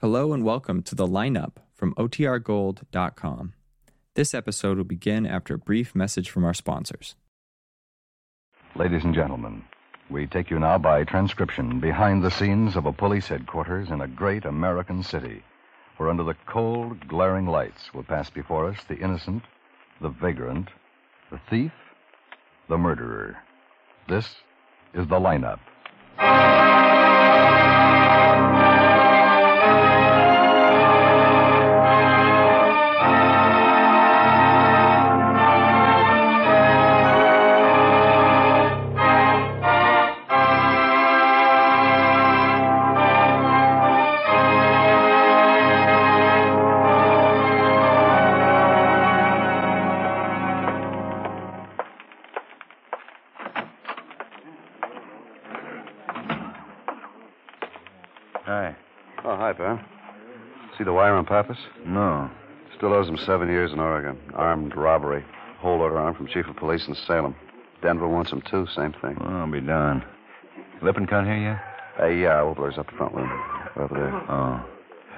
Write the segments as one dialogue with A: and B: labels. A: Hello and welcome to the lineup from OTRGold.com. This episode will begin after a brief message from our sponsors.
B: Ladies and gentlemen, we take you now by transcription behind the scenes of a police headquarters in a great American city, where under the cold, glaring lights will pass before us the innocent, the vagrant, the thief, the murderer. This is the lineup.
C: Hi.
D: Oh, hi, Pam. See the wire on Pappas?
C: No.
D: Still owes him seven years in Oregon. Armed robbery. Whole order on him from chief of police in Salem. Denver wants him, too. Same thing.
C: Well, I'll be darned. Lippincott here yet?
D: Hey, yeah, Obler's up the front room. Over there.
C: Oh.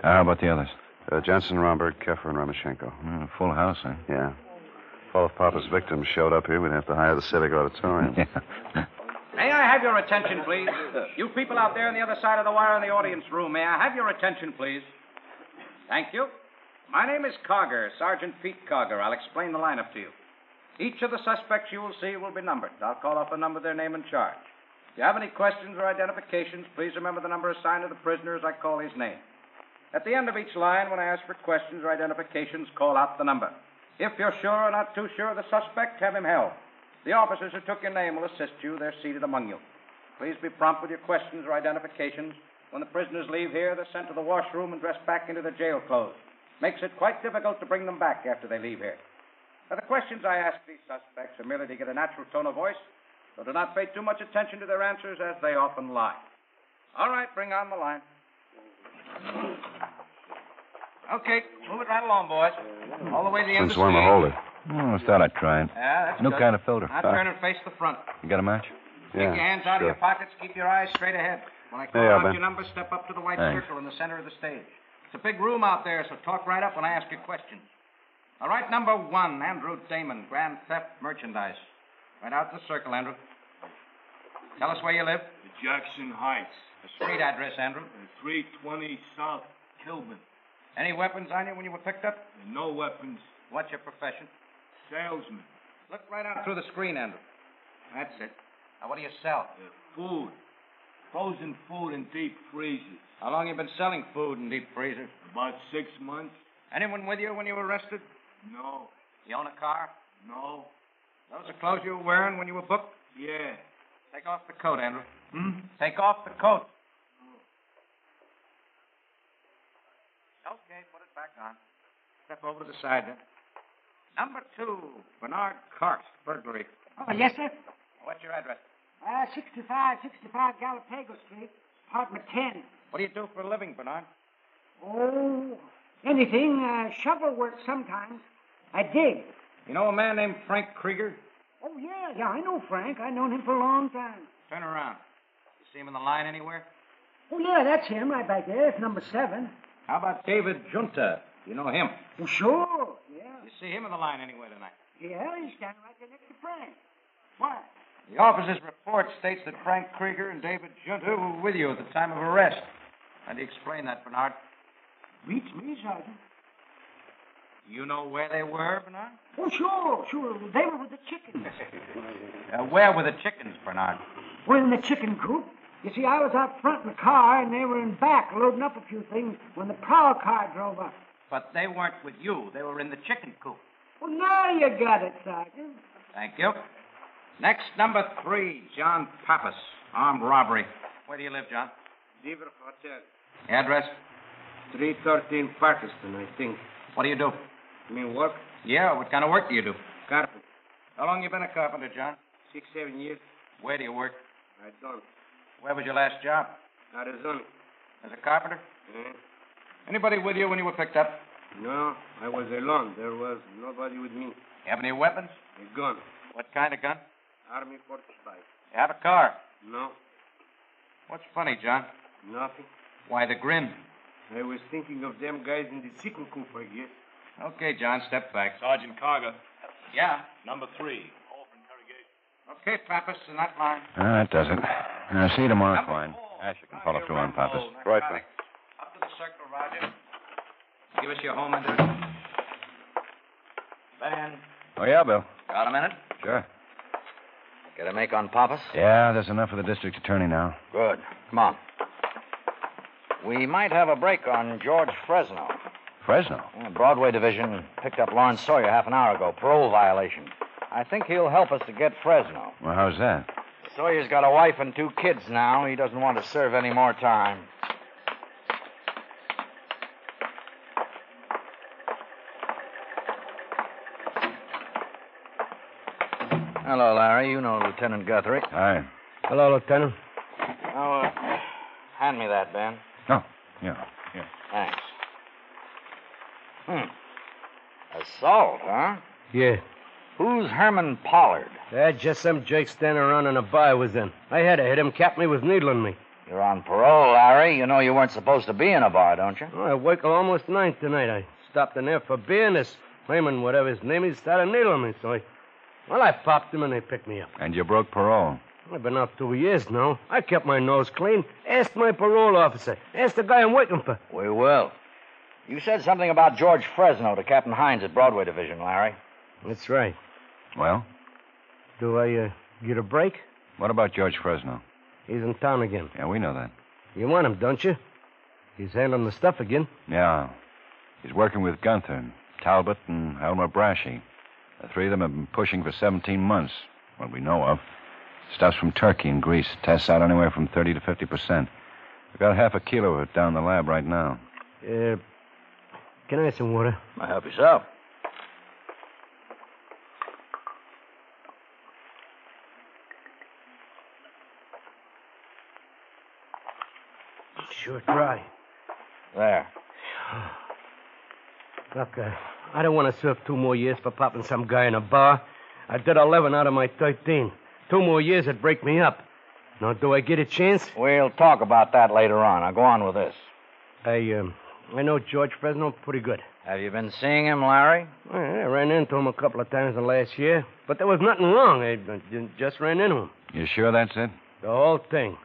C: How about the others?
D: Uh, Jensen, Romberg, Keffer, and Ramoshenko.
C: Hmm, full house, eh?
D: Yeah. If all of Papa's victims showed up here, we'd have to hire the Civic Auditorium.
C: Yeah.
E: May I have your attention, please? You people out there on the other side of the wire in the audience room, may I have your attention, please? Thank you. My name is Cogger, Sergeant Pete Cogger. I'll explain the lineup to you. Each of the suspects you will see will be numbered. I'll call off a number, their name, and charge. If you have any questions or identifications, please remember the number assigned to the prisoner as I call his name. At the end of each line, when I ask for questions or identifications, call out the number. If you're sure or not too sure of the suspect, have him held. The officers who took your name will assist you. They're seated among you. Please be prompt with your questions or identifications. When the prisoners leave here, they're sent to the washroom and dressed back into their jail clothes. Makes it quite difficult to bring them back after they leave here. Now, the questions I ask these suspects are merely to get a natural tone of voice, so do not pay too much attention to their answers as they often lie. All right, bring on the line. Okay, move it right along, boys. All the way to the end
D: Since
E: of the
D: when the holder?
E: stage.
C: Oh, I thought I'd try it.
E: Yeah, that's
C: New
E: good.
C: kind of filter.
E: Now turn and face the front.
C: You got a match?
D: Yeah.
E: Take your hands out
D: sure.
E: of your pockets. Keep your eyes straight ahead. When I call
D: Yeah,
E: out
D: Ben.
E: your number, step up to the white
C: Thanks.
E: circle in the center of the stage. It's a big room out there, so talk right up when I ask you questions. All right, number one, Andrew Damon, Grand Theft Merchandise. Right out the circle, Andrew. Tell us where you live.
F: Jackson Heights,
E: The street address, Andrew.
F: 320 South Kilburn.
E: Any weapons on you when you were picked up?
F: No weapons,
E: What's your profession?
F: salesman,
E: Look right out through the screen, Andrew. That's it. Now, what do you sell?
F: uh, food, frozen food in deep freezers.
E: How long you been selling food in deep freezers?
F: About six months?
E: Anyone with you when you were arrested?
F: No,
E: You own a car?
F: no,
E: Those are clothes you were wearing when you were booked?
F: yeah.
E: Take off the coat, Andrew. Mm.
F: Hmm?
E: Take off the coat. Okay, put it back on. Step over to the side then. Number two, Bernard Cart, burglary.
G: Oh, yes, sir.
E: What's your address?
G: Uh, 65, 65 Galapago Street, apartment 10.
E: What do you do for a living, Bernard?
G: Oh, anything. Uh, shovel work sometimes. I dig.
E: You know a man named Frank Krieger?
G: Oh, yeah, yeah, I know Frank. I've known him for a long time.
E: Turn around. You see him in the line anywhere?
G: Oh, yeah, that's him right back there. It's number 7.
E: How about David Junta? You know him?
G: Oh, sure. Yeah.
E: You see him in the line anywhere tonight?
G: Yeah, he's standing right there next to Frank. Why?
E: The officer's report states that Frank Krieger and David Junta were with you at the time of arrest. How do you explain that, Bernard?
G: Beats me, Sergeant.
E: You know where they were, Bernard?
G: Oh, sure, sure. They were with the chickens.
E: Uh, where were the chickens, Bernard?
G: we're in the chicken coop. You see, I was out front in the car, and they were in back loading up a few things when the prowl car drove up.
E: But they weren't with you. They were in the chicken coop.
G: Well, now you got it, Sergeant.
E: Thank you. Next, number three, John Pappas, armed robbery. Where do you live, John?
F: Beaver Hotel,
E: Address?
F: 313 Pakistan, I think.
E: What do you do?
F: You mean work?
E: Yeah, what kind of work do you do?
F: Carpet.
E: How long you been a carpenter, John?
F: Six, seven years?
E: Where do you work?
F: I don't.
E: Where was your last job?
F: Arizona.
E: As a carpenter?
F: Eh?
E: Anybody with you when you were picked up?
F: No, I was alone. There was nobody with me.
E: You have any weapons?
F: A gun.
E: What kind of gun?
F: Army 45.
E: You have a car.
F: No,
E: What's funny, John?
F: nothing.
E: Why the grin?
G: I was thinking of them guys in the chicken coop, I guess.
E: Okay, John, step back.
H: Sergeant Carger,
E: Yeah.
H: number three.
E: Okay, Pappas, in that line.
B: Well, that does it. Now, see you tomorrow,
E: Number
B: Fine.
E: four.
B: Asher can follow through on oh Pappas.
D: Right,
E: Narcotic. Up to the circle, Roger. Give us your home address. Van,
B: Oh, yeah, Bill.
E: got a minute?
B: Sure.
E: Get a make on Pappas?
B: Yeah, there's enough for the district attorney now.
E: Good. Come on. We might have a break on George Fresno.
B: Fresno.
E: Broadway division picked up Lawrence Sawyer half an hour ago. Parole violation. I think he'll help us to get Fresno.
B: Well, how's that?
E: Sawyer's got a wife and two kids now. He doesn't want to serve any more time. Hello, Larry. You know Lieutenant Guthrie.
B: Hi.
G: Hello, Lieutenant.
E: Now, uh, hand me that, Ben.
B: Oh, Yeah.
E: Thanks. Hmm. Assault, huh?
G: Yeah.
E: Who's Herman Pollard?
G: Uh, just some Jake standing around in a bar I was in. I had to hit him. Cap me with needling me.
E: You're on parole, Larry. You know you weren't supposed to be in a bar, don't you?
G: Oh, I work till almost nine tonight. I stopped in there for beer, and this Raymond, whatever his name is, started needling me. So I, well, I popped him, and they picked me up.
B: And you broke parole.
G: I've been out two years now. I kept my nose clean. Ask my parole officer. Ask the guy I'm working for.
E: We will. You said something about George Fresno to Captain Hines at Broadway Division, Larry.
G: That's right.
B: Well,
G: Do I uh, get a break?
B: what about George Fresno?
G: He's in town again.
B: Yeah, we know that.
G: You want him, don't you? He's handling the stuff again.
B: Yeah. He's working with Gunther, Talbot, and Elmer Brashy. The three of them have been pushing for 17 months, what we know of. Stuff's from Turkey and Greece. Tests out anywhere from 30 to 50 percent. We've got half a kilo of it down in the lab right now.
G: Uh, can I have some water?
E: Well, help yourself.
G: Sure, try.
E: There.
G: Look, uh, I don't want to serve two more years for popping some guy in a bar. I did 11 out of my 13. Two more years would break me up. Now, do I get a chance?
E: We'll talk about that later on. Now go on with this.
G: I, um, I know George Fresno pretty good.
E: Have you been seeing him, Larry?
G: I, I ran into him a couple of times in the last year, but there was nothing wrong. I, I ju- just ran into him.
B: You sure that's it?
G: The whole thing.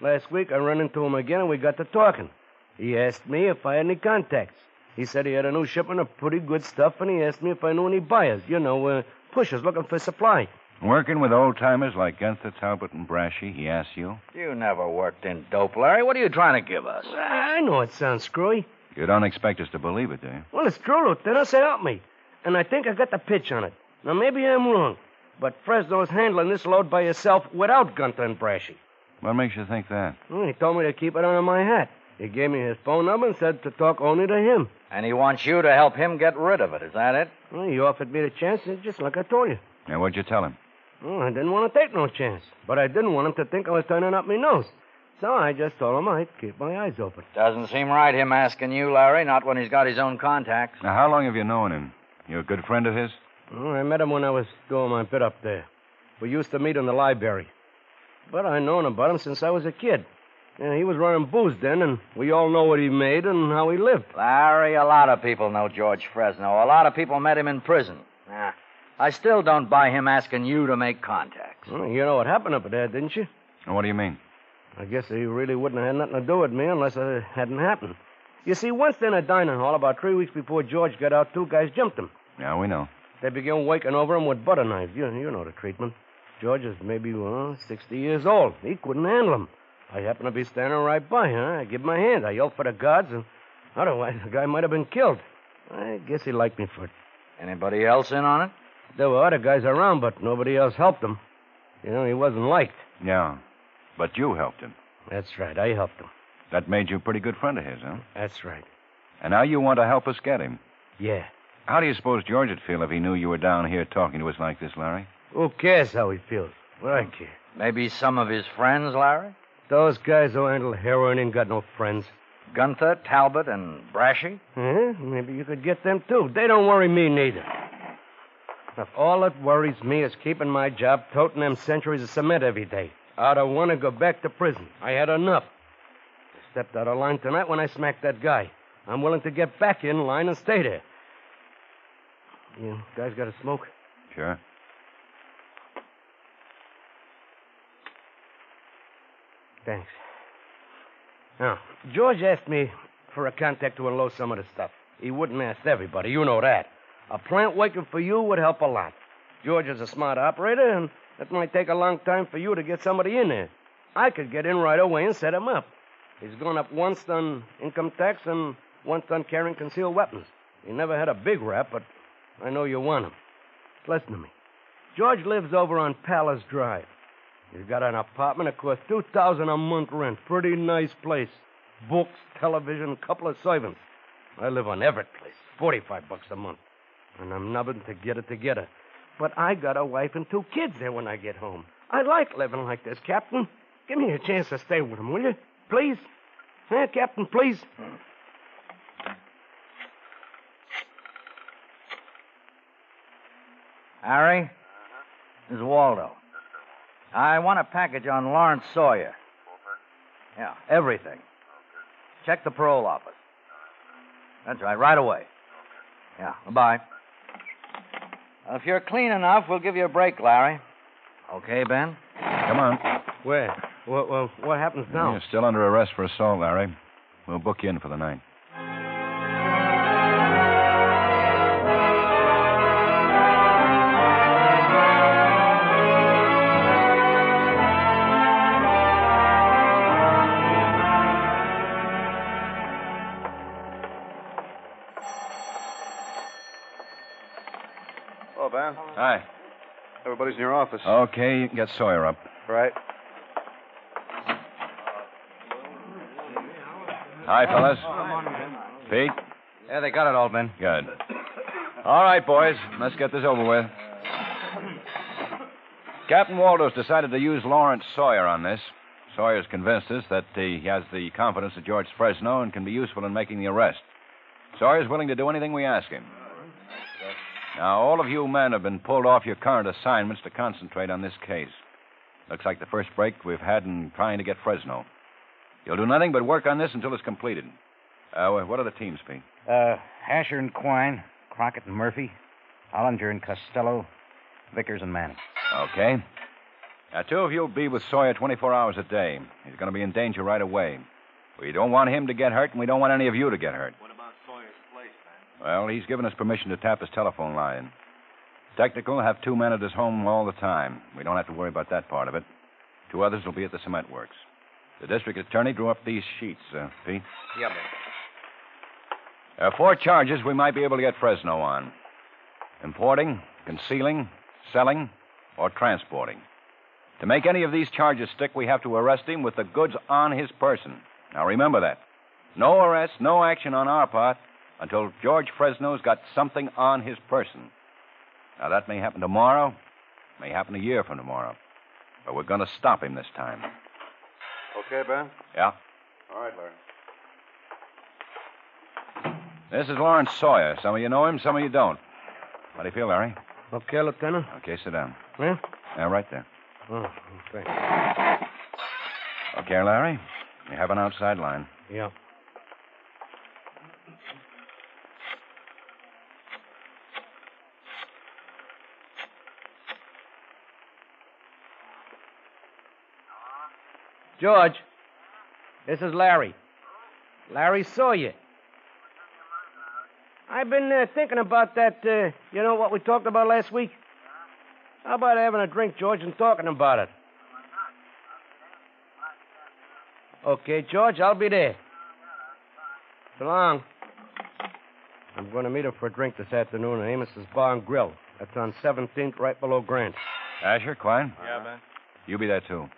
G: Last week, I ran into him again, and we got to talking. He asked me if I had any contacts. He said he had a new shipment of pretty good stuff, and he asked me if I knew any buyers. You know, uh, pushers looking for supply.
B: Working with old timers like Gunther, Talbot, and Brashy, he asks you.
E: You never worked in dope, Larry. What are you trying to give us?
G: I know it sounds screwy.
B: You don't expect us to believe it, do you?
G: Well, it's true, Lieutenant. So help me. And I think I got the pitch on it. Now, maybe I'm wrong, but Fresno's handling this load by himself without Gunther and Brashy.
B: What makes you think that?
G: Well, he told me to keep it under my hat. He gave me his phone number and said to talk only to him.
E: And he wants you to help him get rid of it. Is that it?
G: Well, he offered me the chance, and just like I told you.
B: Now, what'd you tell him?
G: Well, I didn't want to take no chance, but I didn't want him to think I was turning up my nose. So I just told him I'd keep my eyes open.
E: Doesn't seem right him asking you, Larry. Not when he's got his own contacts.
B: Now, how long have you known him? You a good friend of his?
G: Well, Oh, I met him when I was doing my bit up there. We used to meet in the library. But I known about him since I was a kid. Yeah, he was running booze then, and we all know what he made and how he lived.
E: Larry, a lot of people know George Fresno. A lot of people met him in prison. Nah. I still don't buy him asking you to make contacts.
G: Well, you know what happened up there, didn't you?
B: What do you mean?
G: I guess he really wouldn't have had nothing to do with me unless it hadn't happened. You see, once in a dining hall, about three weeks before George got out, two guys jumped him.
B: Yeah, we know.
G: They began waking over him with butter knives. You, you know the treatment. George is maybe, well, 60 years old. He couldn't handle 'em. I happened to be standing right by him. I give him a hand. I yelled for the guards, and otherwise the guy might have been killed. I guess he liked me for it.
E: Anybody else in on it?
G: There were other guys around, but nobody else helped him. You know, he wasn't liked.
B: Yeah. But you helped him.
G: That's right. I helped him.
B: That made you a pretty good friend of his, huh?
G: That's right.
B: And now you want to help us get him.
G: Yeah.
B: How do you suppose George would feel if he knew you were down here talking to us like this, Larry?
G: Who cares how he feels? Well, I care.
E: Maybe some of his friends, Larry?
G: Those guys who handle heroin ain't got no friends.
E: Gunther, Talbot, and Brashy?
G: Huh? Maybe you could get them too. They don't worry me neither. Look, all that worries me is keeping my job, toting them centuries of cement every day. I don't want to go back to prison. I had enough. stepped out of line tonight when I smacked that guy. I'm willing to get back in line and stay there. You guys got a smoke?
B: Sure.
G: Thanks. Now, George asked me for a contact to unload some of the stuff. He wouldn't ask everybody, you know that. A plant working for you would help a lot. George is a smart operator, and it might take a long time for you to get somebody in there. I could get in right away and set him up. He's gone up once on income tax and once on carrying concealed weapons. He never had a big rap, but I know you want him. Listen to me. George lives over on Palace Drive. He's got an apartment that costs two thousand a month rent. Pretty nice place. Books, television, couple of servants. I live on Everett Place, forty-five bucks a month, and I'm nubbing to get it together. But I got a wife and two kids there when I get home. I like living like this, Captain. Give me a chance to stay with 'em, will you? Please, eh, Captain? Please.
H: Harry, this is Waldo. I want a package on Lawrence Sawyer. Yeah, everything. Check the parole office. That's right, right away. Yeah, bye. If you're clean enough, we'll give you a break, Larry. Okay, Ben?
B: Come on.
G: Where? What, what, what happens now?
B: You're still under arrest for assault, Larry. We'll book you in for the night.
D: Hello, Ben.
B: Hi.
D: Everybody's in your office.
B: Okay, you can get Sawyer up.
D: Right.
B: Hi, fellas. Pete?
H: Yeah, they got it all, Ben.
B: Good. All right, boys. Let's get this over with. Captain Waldo's decided to use Lawrence Sawyer on this. Sawyer's convinced us that uh, he has the confidence of George Fresno and can be useful in making the arrest. Sawyer's willing to do anything we ask him. Now, all of you men have been pulled off your current assignments to concentrate on this case. Looks like the first break we've had in trying to get Fresno. You'll do nothing but work on this until it's completed. Uh, what are the teams, Pete?
H: Uh, Asher and Quine, Crockett and Murphy, Ollinger and Costello, Vickers and Manning.
B: Okay. Now, two of you will be with Sawyer 24 hours a day. He's going to be in danger right away. We don't want him to get hurt, and we don't want any of you to get hurt. What about Sawyer's place, man? Well, he's given us permission to tap his telephone line. Technical, have two men at his home all the time. We don't have to worry about that part of it. Two others will be at the cement works. The district attorney drew up these sheets, uh, Pete.
H: Yep.
B: There are four charges we might be able to get Fresno on importing, concealing, selling, or transporting. To make any of these charges stick, we have to arrest him with the goods on his person. Now remember that. No arrest, no action on our part until George Fresno's got something on his person. Now that may happen tomorrow, may happen a year from tomorrow. But we're going to stop him this time.
D: Okay, Ben.
B: Yeah?
D: All right, Larry.
B: This is Lawrence Sawyer. Some of you know him, some of you don't. How do you feel, Larry?
G: Okay, Lieutenant.
B: Okay, sit down.
G: Yeah?
B: Yeah, right there.
G: Oh, okay.
B: Okay, Larry. You have an outside line.
G: Yeah. George, this is Larry. Larry saw you. I've been uh, thinking about that, uh, you know, what we talked about last week. How about having a drink, George, and talking about it? Okay, George, I'll be there. So long. I'm going to meet him for a drink this afternoon at Amos's Bar and Grill. That's on 17th, right below Grant.
B: Asher, Quine? Yeah, man. You be there, too.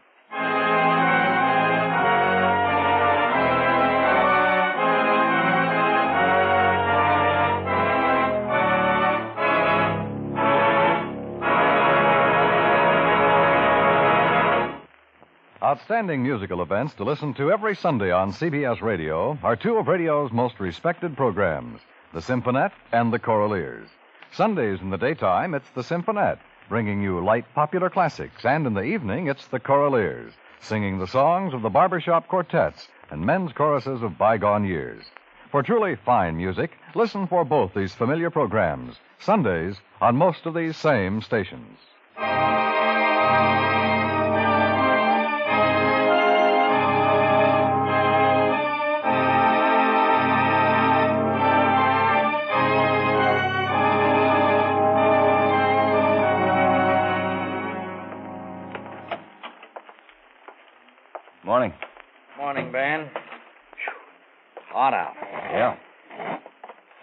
I: Outstanding musical events to listen to every Sunday on CBS Radio are two of radio's most respected programs, the Symphonette and the Choraleers. Sundays in the daytime, it's the Symphonette, bringing you light popular classics, and in the evening, it's the Choraleers, singing the songs of the barbershop quartets and men's choruses of bygone years. For truly fine music, listen for both these familiar programs, Sundays, on most of these same stations.
B: Morning.
H: Morning, Ben. Hot out.
B: Yeah.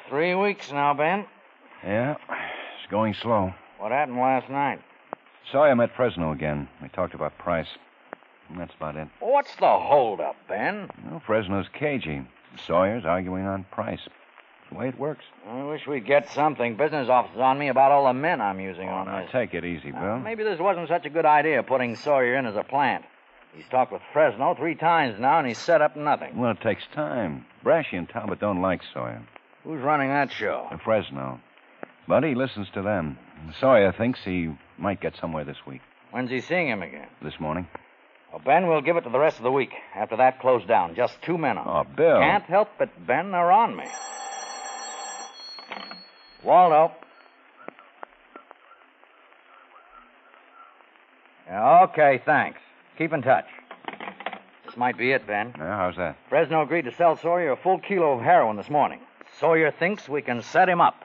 H: Three weeks now, Ben.
B: Yeah. It's going slow.
H: What happened last night?
B: Sawyer met Fresno again. We talked about price. And that's about it.
H: What's the holdup, Ben?
B: Well, Fresno's cagey. Sawyer's arguing on price. It's the way it works.
H: I wish we'd get something. Business officer's on me about all the men I'm using
B: Oh,
H: on
B: now,
H: this.
B: take it easy,
H: Well,
B: Bill.
H: Uh, maybe this wasn't such a good idea putting Sawyer in as a plant. He's talked with Fresno three times now, and he's set up nothing.
B: Well, it takes time. Brashy and Talbot don't like Sawyer.
H: Who's running that show?
B: Uh, Fresno. But he listens to them. Sawyer thinks he might get somewhere this week,
H: When's he seeing him again?
B: this morning.
H: Well, Ben, we'll give it to the rest of the week. After that, close down. Just two men on.
B: Oh, Bill.
H: Can't help it, Ben. They're on me. Waldo. Yeah, okay, thanks. Keep in touch. This might be it, Ben.
B: Yeah, how's that?
H: Fresno agreed to sell Sawyer a full kilo of heroin this morning. Sawyer thinks we can set him up.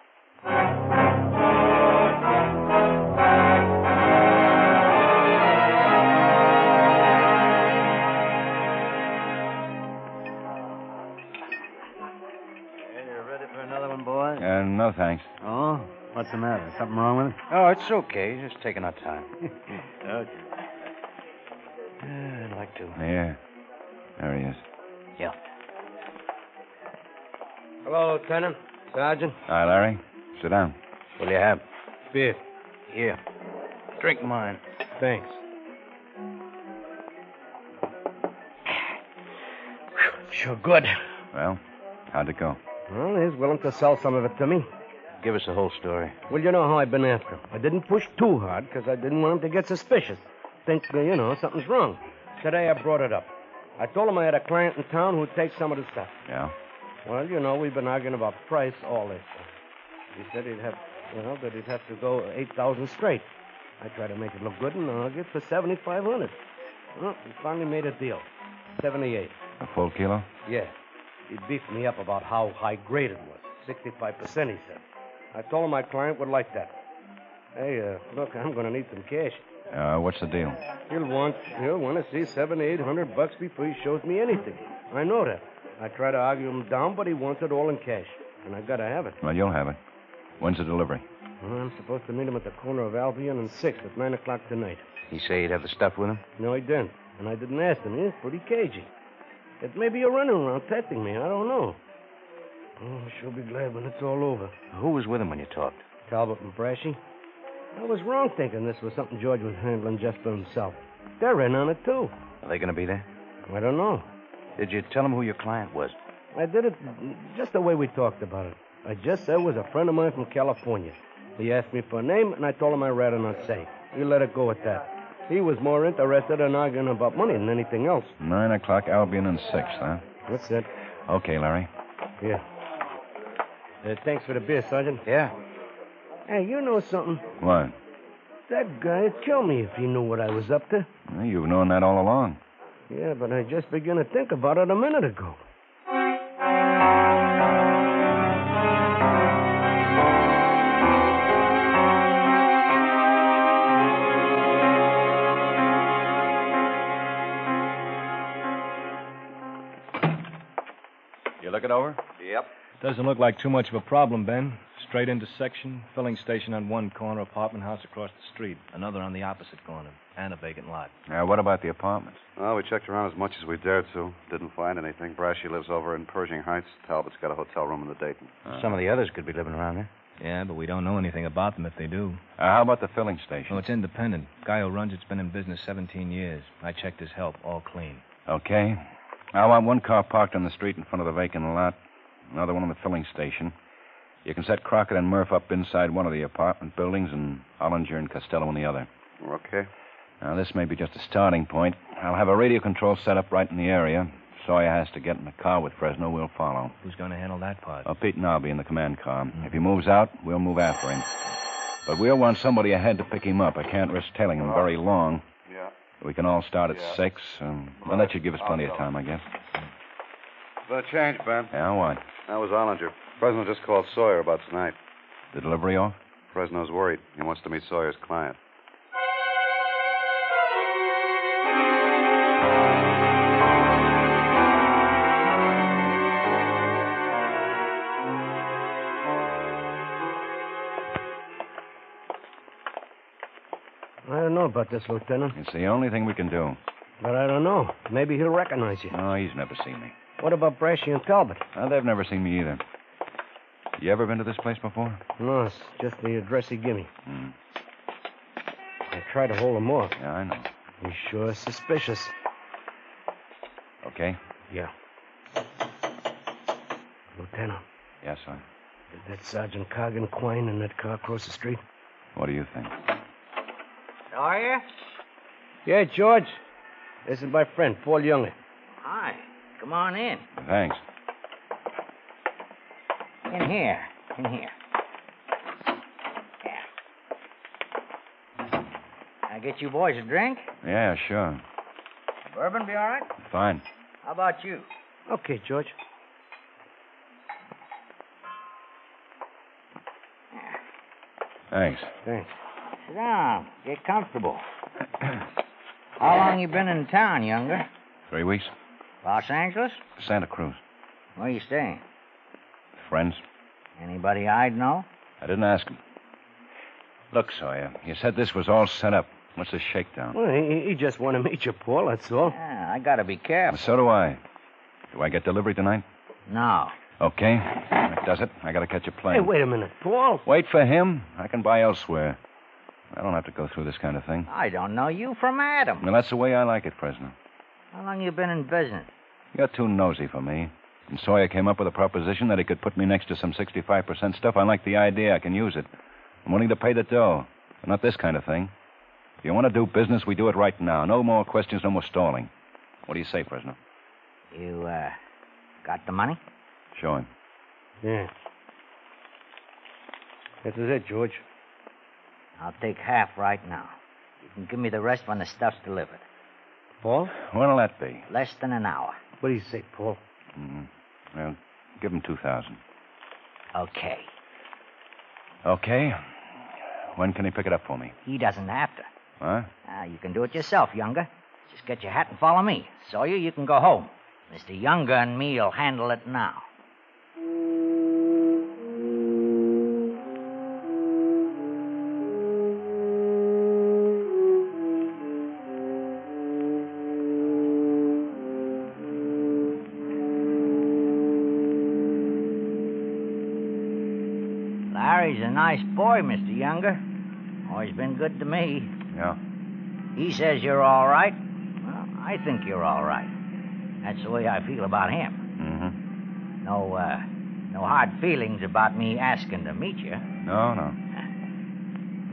H: ready for another one, boys?
B: Uh, no, thanks.
G: Oh? What's the matter? Something wrong with it?
H: Oh, it's okay. Just taking our time.
G: Okay.
H: I'd like to.
B: There. There he is.
G: Hello, Lieutenant. Sergeant.
B: Hi, Larry. Sit down.
H: What do you have?
G: Beer.
H: Here. Drink mine.
G: Thanks.
H: Sure good.
B: Well, how'd it go?
G: Well, he's willing to sell some of it to me.
H: Give us the whole story.
G: Well, you know how I've been after him. I didn't push too hard because I didn't want him to get suspicious. Think, uh, you know, something's wrong. Today I brought it up. I told him I had a client in town who'd take some of the stuff.
B: Yeah.
G: Well, you know, we've been arguing about price all this. He said he'd have, you know, that he'd have to go 8000 straight. I tried to make it look good and argue for 7500 Well, we finally made a deal. 78
B: A full kilo?
G: yeah. He beefed me up about how high grade it was. 65%, he said. I told him my client would like that. Hey, uh, look, I'm going to need some cash.
B: Uh, what's the deal?
G: He'll want, he'll want to see seven, eight hundred bucks before he shows me anything. I know that. I try to argue him down, but he wants it all in cash. And I gotta have it.
B: Well, you'll have it. When's the delivery?
G: Well, I'm supposed to meet him at the corner of Albion and Sixth at nine o'clock tonight.
H: He say he'd have the stuff with him?
G: No, he didn't. And I didn't ask him. He was pretty cagey. It may be a running around testing me. I don't know. Oh, she'll be glad when it's all over.
H: Who was with him when you talked?
G: Talbot and Brashy. I was wrong thinking this was something George was handling just for himself. They're in on it, too.
H: Are they going to be there?
G: I don't know.
H: Did you tell him who your client was?
G: I did it just the way we talked about it. I just said it was a friend of mine from California. He asked me for a name, and I told him I'd rather not say. He let it go at that. He was more interested in arguing about money than anything else.
B: Nine o'clock, Albion and six, huh?
G: That's it.
B: Okay, Larry.
G: Yeah. Uh, thanks for the beer, Sergeant.
H: Yeah.
G: Hey, you know something?
B: What?
G: That guy'd kill me if he knew what I was up to.
B: Well, You've known that all along.
G: Yeah, but I just began to think about it a minute ago.
B: You look it over?
D: Yep.
F: Doesn't look like too much of a problem, Ben. Straight intersection, filling station on one corner, apartment house across the street, another on the opposite corner, and a vacant lot.
B: Now, what about the apartments?
D: Well, we checked around as much as we dared to. Didn't find anything. Brashy lives over in Pershing Heights. Talbot's got a hotel room in the Dayton.
H: Some of the others could be living around there.
F: Yeah, but we don't know anything about them if they do.
B: Uh, how about the filling station?
F: Well, it's independent. Guy who runs it's been in business 17 years. I checked his help, all clean.
B: Okay. I want one car parked on the street in front of the vacant lot, another one in the filling station. You can set Crockett and Murph up inside one of the apartment buildings and Ollinger and Costello in the other.
D: We're okay.
B: Now, this may be just a starting point. I'll have a radio control set up right in the area. Sawyer has to get in the car with Fresno, we'll follow.
F: Who's going to handle that part? Mm-hmm.
B: Uh, Pete and I'll be in the command car. If he moves out, we'll move after him. But we'll want somebody ahead to pick him up. I can't risk tailing him very long.
D: Yeah.
B: We can all start at
D: Yeah.
B: six, and well, that should give us plenty of time, I guess.
D: But a change, Ben.
B: Yeah, what?
D: That was Ollinger. Fresno just called Sawyer about tonight.
B: The delivery off?
D: Fresno's worried. He wants to meet Sawyer's client.
G: I don't know about this, Lieutenant,
B: It's the only thing we can do.
G: but I don't know. Maybe he'll recognize you.
B: No, he's never seen me.
G: What about Brashy and Talbot?
B: Uh, they've never seen me either. You ever been to this place before?
G: No, it's just the address he gave me.
B: Hmm.
G: I tried to hold him off.
B: Yeah, I know.
G: He's sure suspicious.
B: Okay.
G: Yeah. Lieutenant,
B: Yes, sir.
G: did that Sergeant Coggin Quine in that car across the street?
B: What do you think?
H: Sawyer?
G: Yeah, George. This is my friend, Paul Younger.
H: Hi. Come on in.
B: Thanks.
H: In here. In here. Yeah. I get you boys a drink?
B: Yeah, sure.
H: Bourbon be all right?
B: Fine.
H: How about you?
G: Okay, George.
B: Thanks.
G: Thanks.
H: Sit down. Get comfortable. How long you been in town, Younger?
B: Three weeks?
H: Los Angeles?
B: Santa Cruz.
H: Where you staying?
B: Friends?
H: Anybody I'd know?
B: I didn't ask him. Look, Sawyer, you said this was all set up. What's the shakedown?
G: Well, he, he just wanted to meet you, Paul, that's all.
H: Yeah, I gotta be careful.
B: So do I. Do I get delivery tonight?
H: No.
B: Okay. That does it. I gotta catch a plane.
G: Hey, wait a minute. Paul?
B: Wait for him. I can buy elsewhere. I don't have to go through this kind of thing.
H: I don't know you from Adam.
B: Well, that's the way I like it, Fresno.
H: How long you been in business?
B: You're too nosy for me. And Sawyer came up with a proposition that he could put me next to some 65% stuff. I like the idea. I can use it. I'm willing to pay the dough, but not this kind of thing. If you want to do business, we do it right now. No more questions, no more stalling. What do you say, Fresno?
H: You, uh, got the money?
B: Show him.
G: Yeah. This is it, George.
H: I'll take half right now. You can give me the rest when the stuff's delivered.
G: Paul?
B: When'll that be?
H: Less than an hour.
G: What do you say, Paul?
B: Mm-hmm. Well, give him 2000
H: Okay.
B: Okay. When can he pick it up for me?
H: He doesn't have to.
B: Huh?
H: Ah, you can do it yourself, Younger. Just get your hat and follow me. Sawyer, you can go home. Mr. Younger and me'll handle it now. Larry's a nice boy, Mr. Younger. Always been good to me.
B: Yeah.
H: He says you're all right. Well, I think you're all right. That's the way I feel about him.
B: Mm-hmm.
H: No, uh, no hard feelings about me asking to meet you.
B: No, no.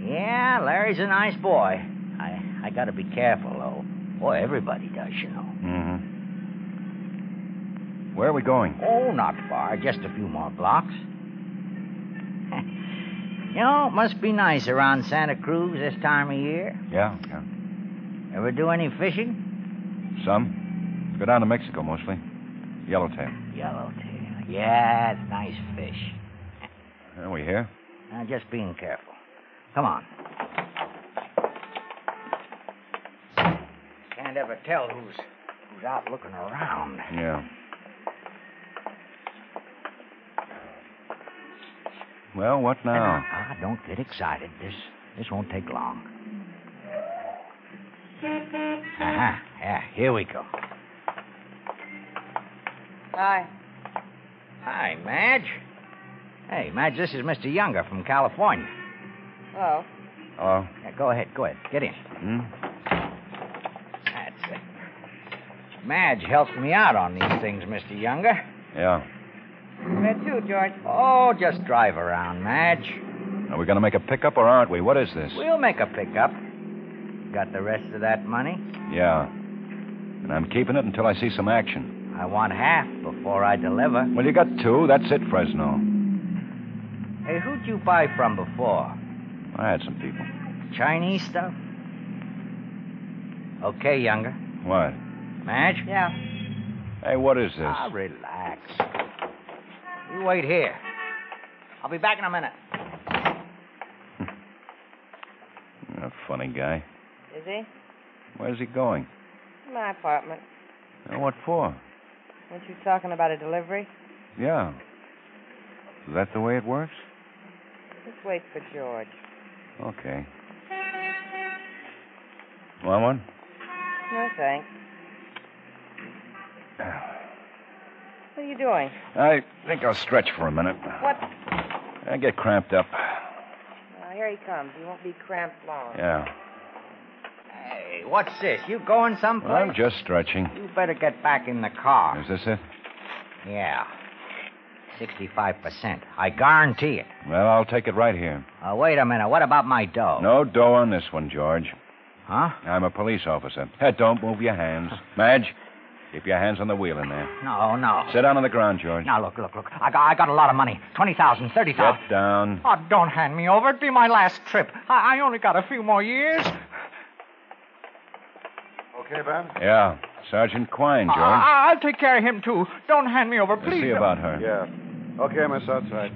H: Yeah, Larry's a nice boy. I, I gotta be careful, though. Boy, everybody does, you know.
B: Mm-hmm. Where are we going?
H: Oh, not far, just a few more blocks. you know, it must be nice around Santa Cruz this time of year.
B: Yeah, yeah.
H: Ever do any fishing?
B: Some. Go down to Mexico mostly. Yellowtail.
H: Yellowtail. Yeah, it's nice fish.
B: Are we here?
H: Now, just being careful. Come on. Can't ever tell who's who's out looking around.
B: Yeah. Well, what now?
H: Ah, don't get excited. This this won't take long. Uh-huh. Yeah, here we go.
J: Hi.
H: Hi, Madge. Hey, Madge, this is Mr. Younger from California.
J: Hello.
B: Oh.
H: Yeah, go ahead, go ahead. Get in.
B: Hmm?
H: That's it. Madge helps me out on these things, Mr. Younger.
B: Yeah.
J: Where to, George?
H: Oh, just drive around, Madge.
B: Are we going to make a pickup or aren't we? What is this?
H: We'll make a pickup. Got the rest of that money?
B: Yeah. And I'm keeping it until I see some action.
H: I want half before I deliver.
D: Well, you got two. That's it, Fresno.
H: Hey, who'd you buy from before?
D: I had some people.
H: Chinese stuff? Okay, younger.
D: What?
H: Madge?
K: Yeah.
D: Hey, what is this?
H: Ah, relax. You wait here. I'll be back in a minute.
D: A funny guy.
K: Is he?
D: Where's he going?
K: My apartment.
D: And what for?
K: Weren't you talking about a delivery?
D: Yeah. Is that the way it works?
K: Just wait for George.
D: Okay. Want one?
K: No, thanks. What are you doing?
D: I think I'll stretch for a minute.
K: What?
D: I get cramped up.
K: Uh, here he comes. He won't be cramped long.
D: Yeah.
H: Hey, what's this? You going someplace?
D: Well, I'm just stretching.
H: You better get back in the car.
D: Is this it?
H: Yeah. 65%. I guarantee it.
D: Well, I'll take it right here.
H: Uh, wait a minute. What about my dough?
D: No dough on this one, George.
H: Huh?
D: I'm a police officer. Hey, don't move your hands. Madge, keep your hands on the wheel in there.
H: No, no.
D: Sit down on the ground, George.
H: Now, look, look, look. I got, I got a lot of money. 20,000, 30,000.
D: Get down.
H: Oh, don't hand me over. It'd be my last trip. I, I only got a few more years.
F: Okay, Ben?
D: Yeah. Sergeant Quine, George.
H: I, will take care of him, too. Don't hand me over,
D: We'll see about her.
F: Yeah. Okay, miss, outside.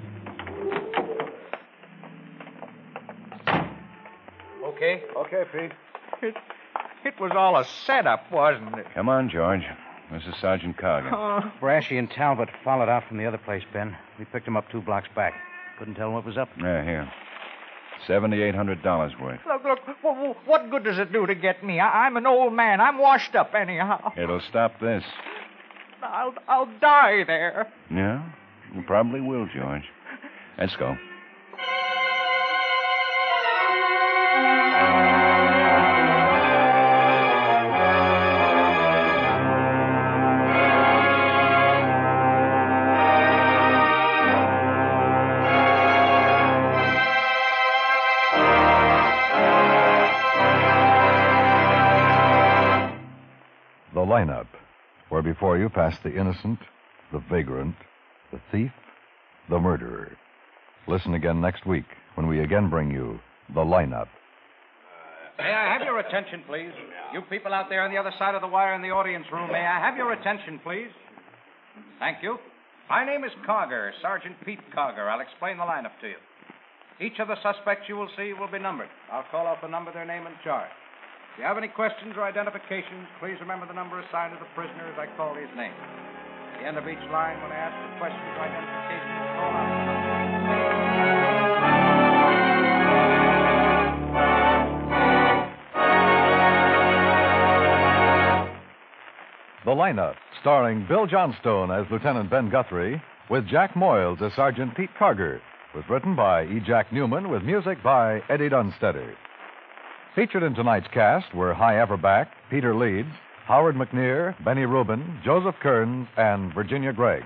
H: Okay.
F: Okay, Pete.
H: It, it was all a setup, wasn't it?
D: Come on, George. This is Sergeant Cargan.
H: Oh,
L: Brashy and Talbot followed out from the other place, Ben. We picked them up two blocks back. Couldn't tell what was up.
D: Yeah, here. $7,800 worth.
H: look, look. wh- wh- What good does it do to get me? I, I'm an old man. I'm washed up, anyhow.
D: It'll stop this.
H: I'll, I'll die there.
D: Yeah? You probably will, George. Let's go.
B: The lineup, where before you pass the innocent, the vagrant, the thief, the murderer. Listen again next week when we again bring you the lineup.
E: May I have your attention, please? You people out there on the other side of the wire in the audience room, may I have your attention, please? Thank you. My name is Cogger, Sergeant Pete Cogger. I'll explain the lineup to you. Each of the suspects you will see will be numbered. I'll call out the number, their name, and charge. If you have any questions or identifications, please remember the number assigned to the prisoner as I call his name. At the end of each line, when I ask for questions or identifications, call out.
B: The lineup, starring Bill Johnstone as Lieutenant Ben Guthrie, with Jack Moyles as Sergeant Pete Carger, was written by E. Jack Newman with music by Eddie Dunstetter. Featured in tonight's cast were High Everback, Peter Leeds, Howard McNear, Benny Rubin, Joseph Kearns, and Virginia Gregg.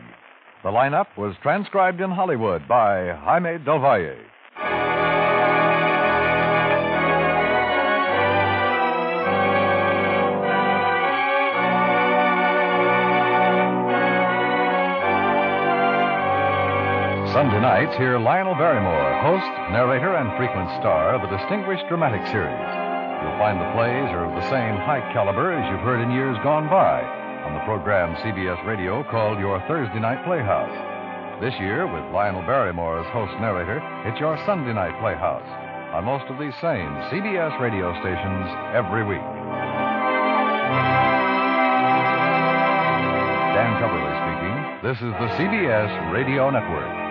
B: The lineup was transcribed in Hollywood by Jaime Del Valle. Sunday nights, hear Lionel Barrymore, host, narrator, and frequent star of a distinguished dramatic series. You'll find the plays are of the same high caliber as you've heard in years gone by on the program CBS Radio called Your Thursday Night Playhouse. This year, with Lionel Barrymore as host narrator, it's your Sunday Night Playhouse on most of these same CBS radio stations every week. Dan Coverly speaking. This is the CBS Radio Network.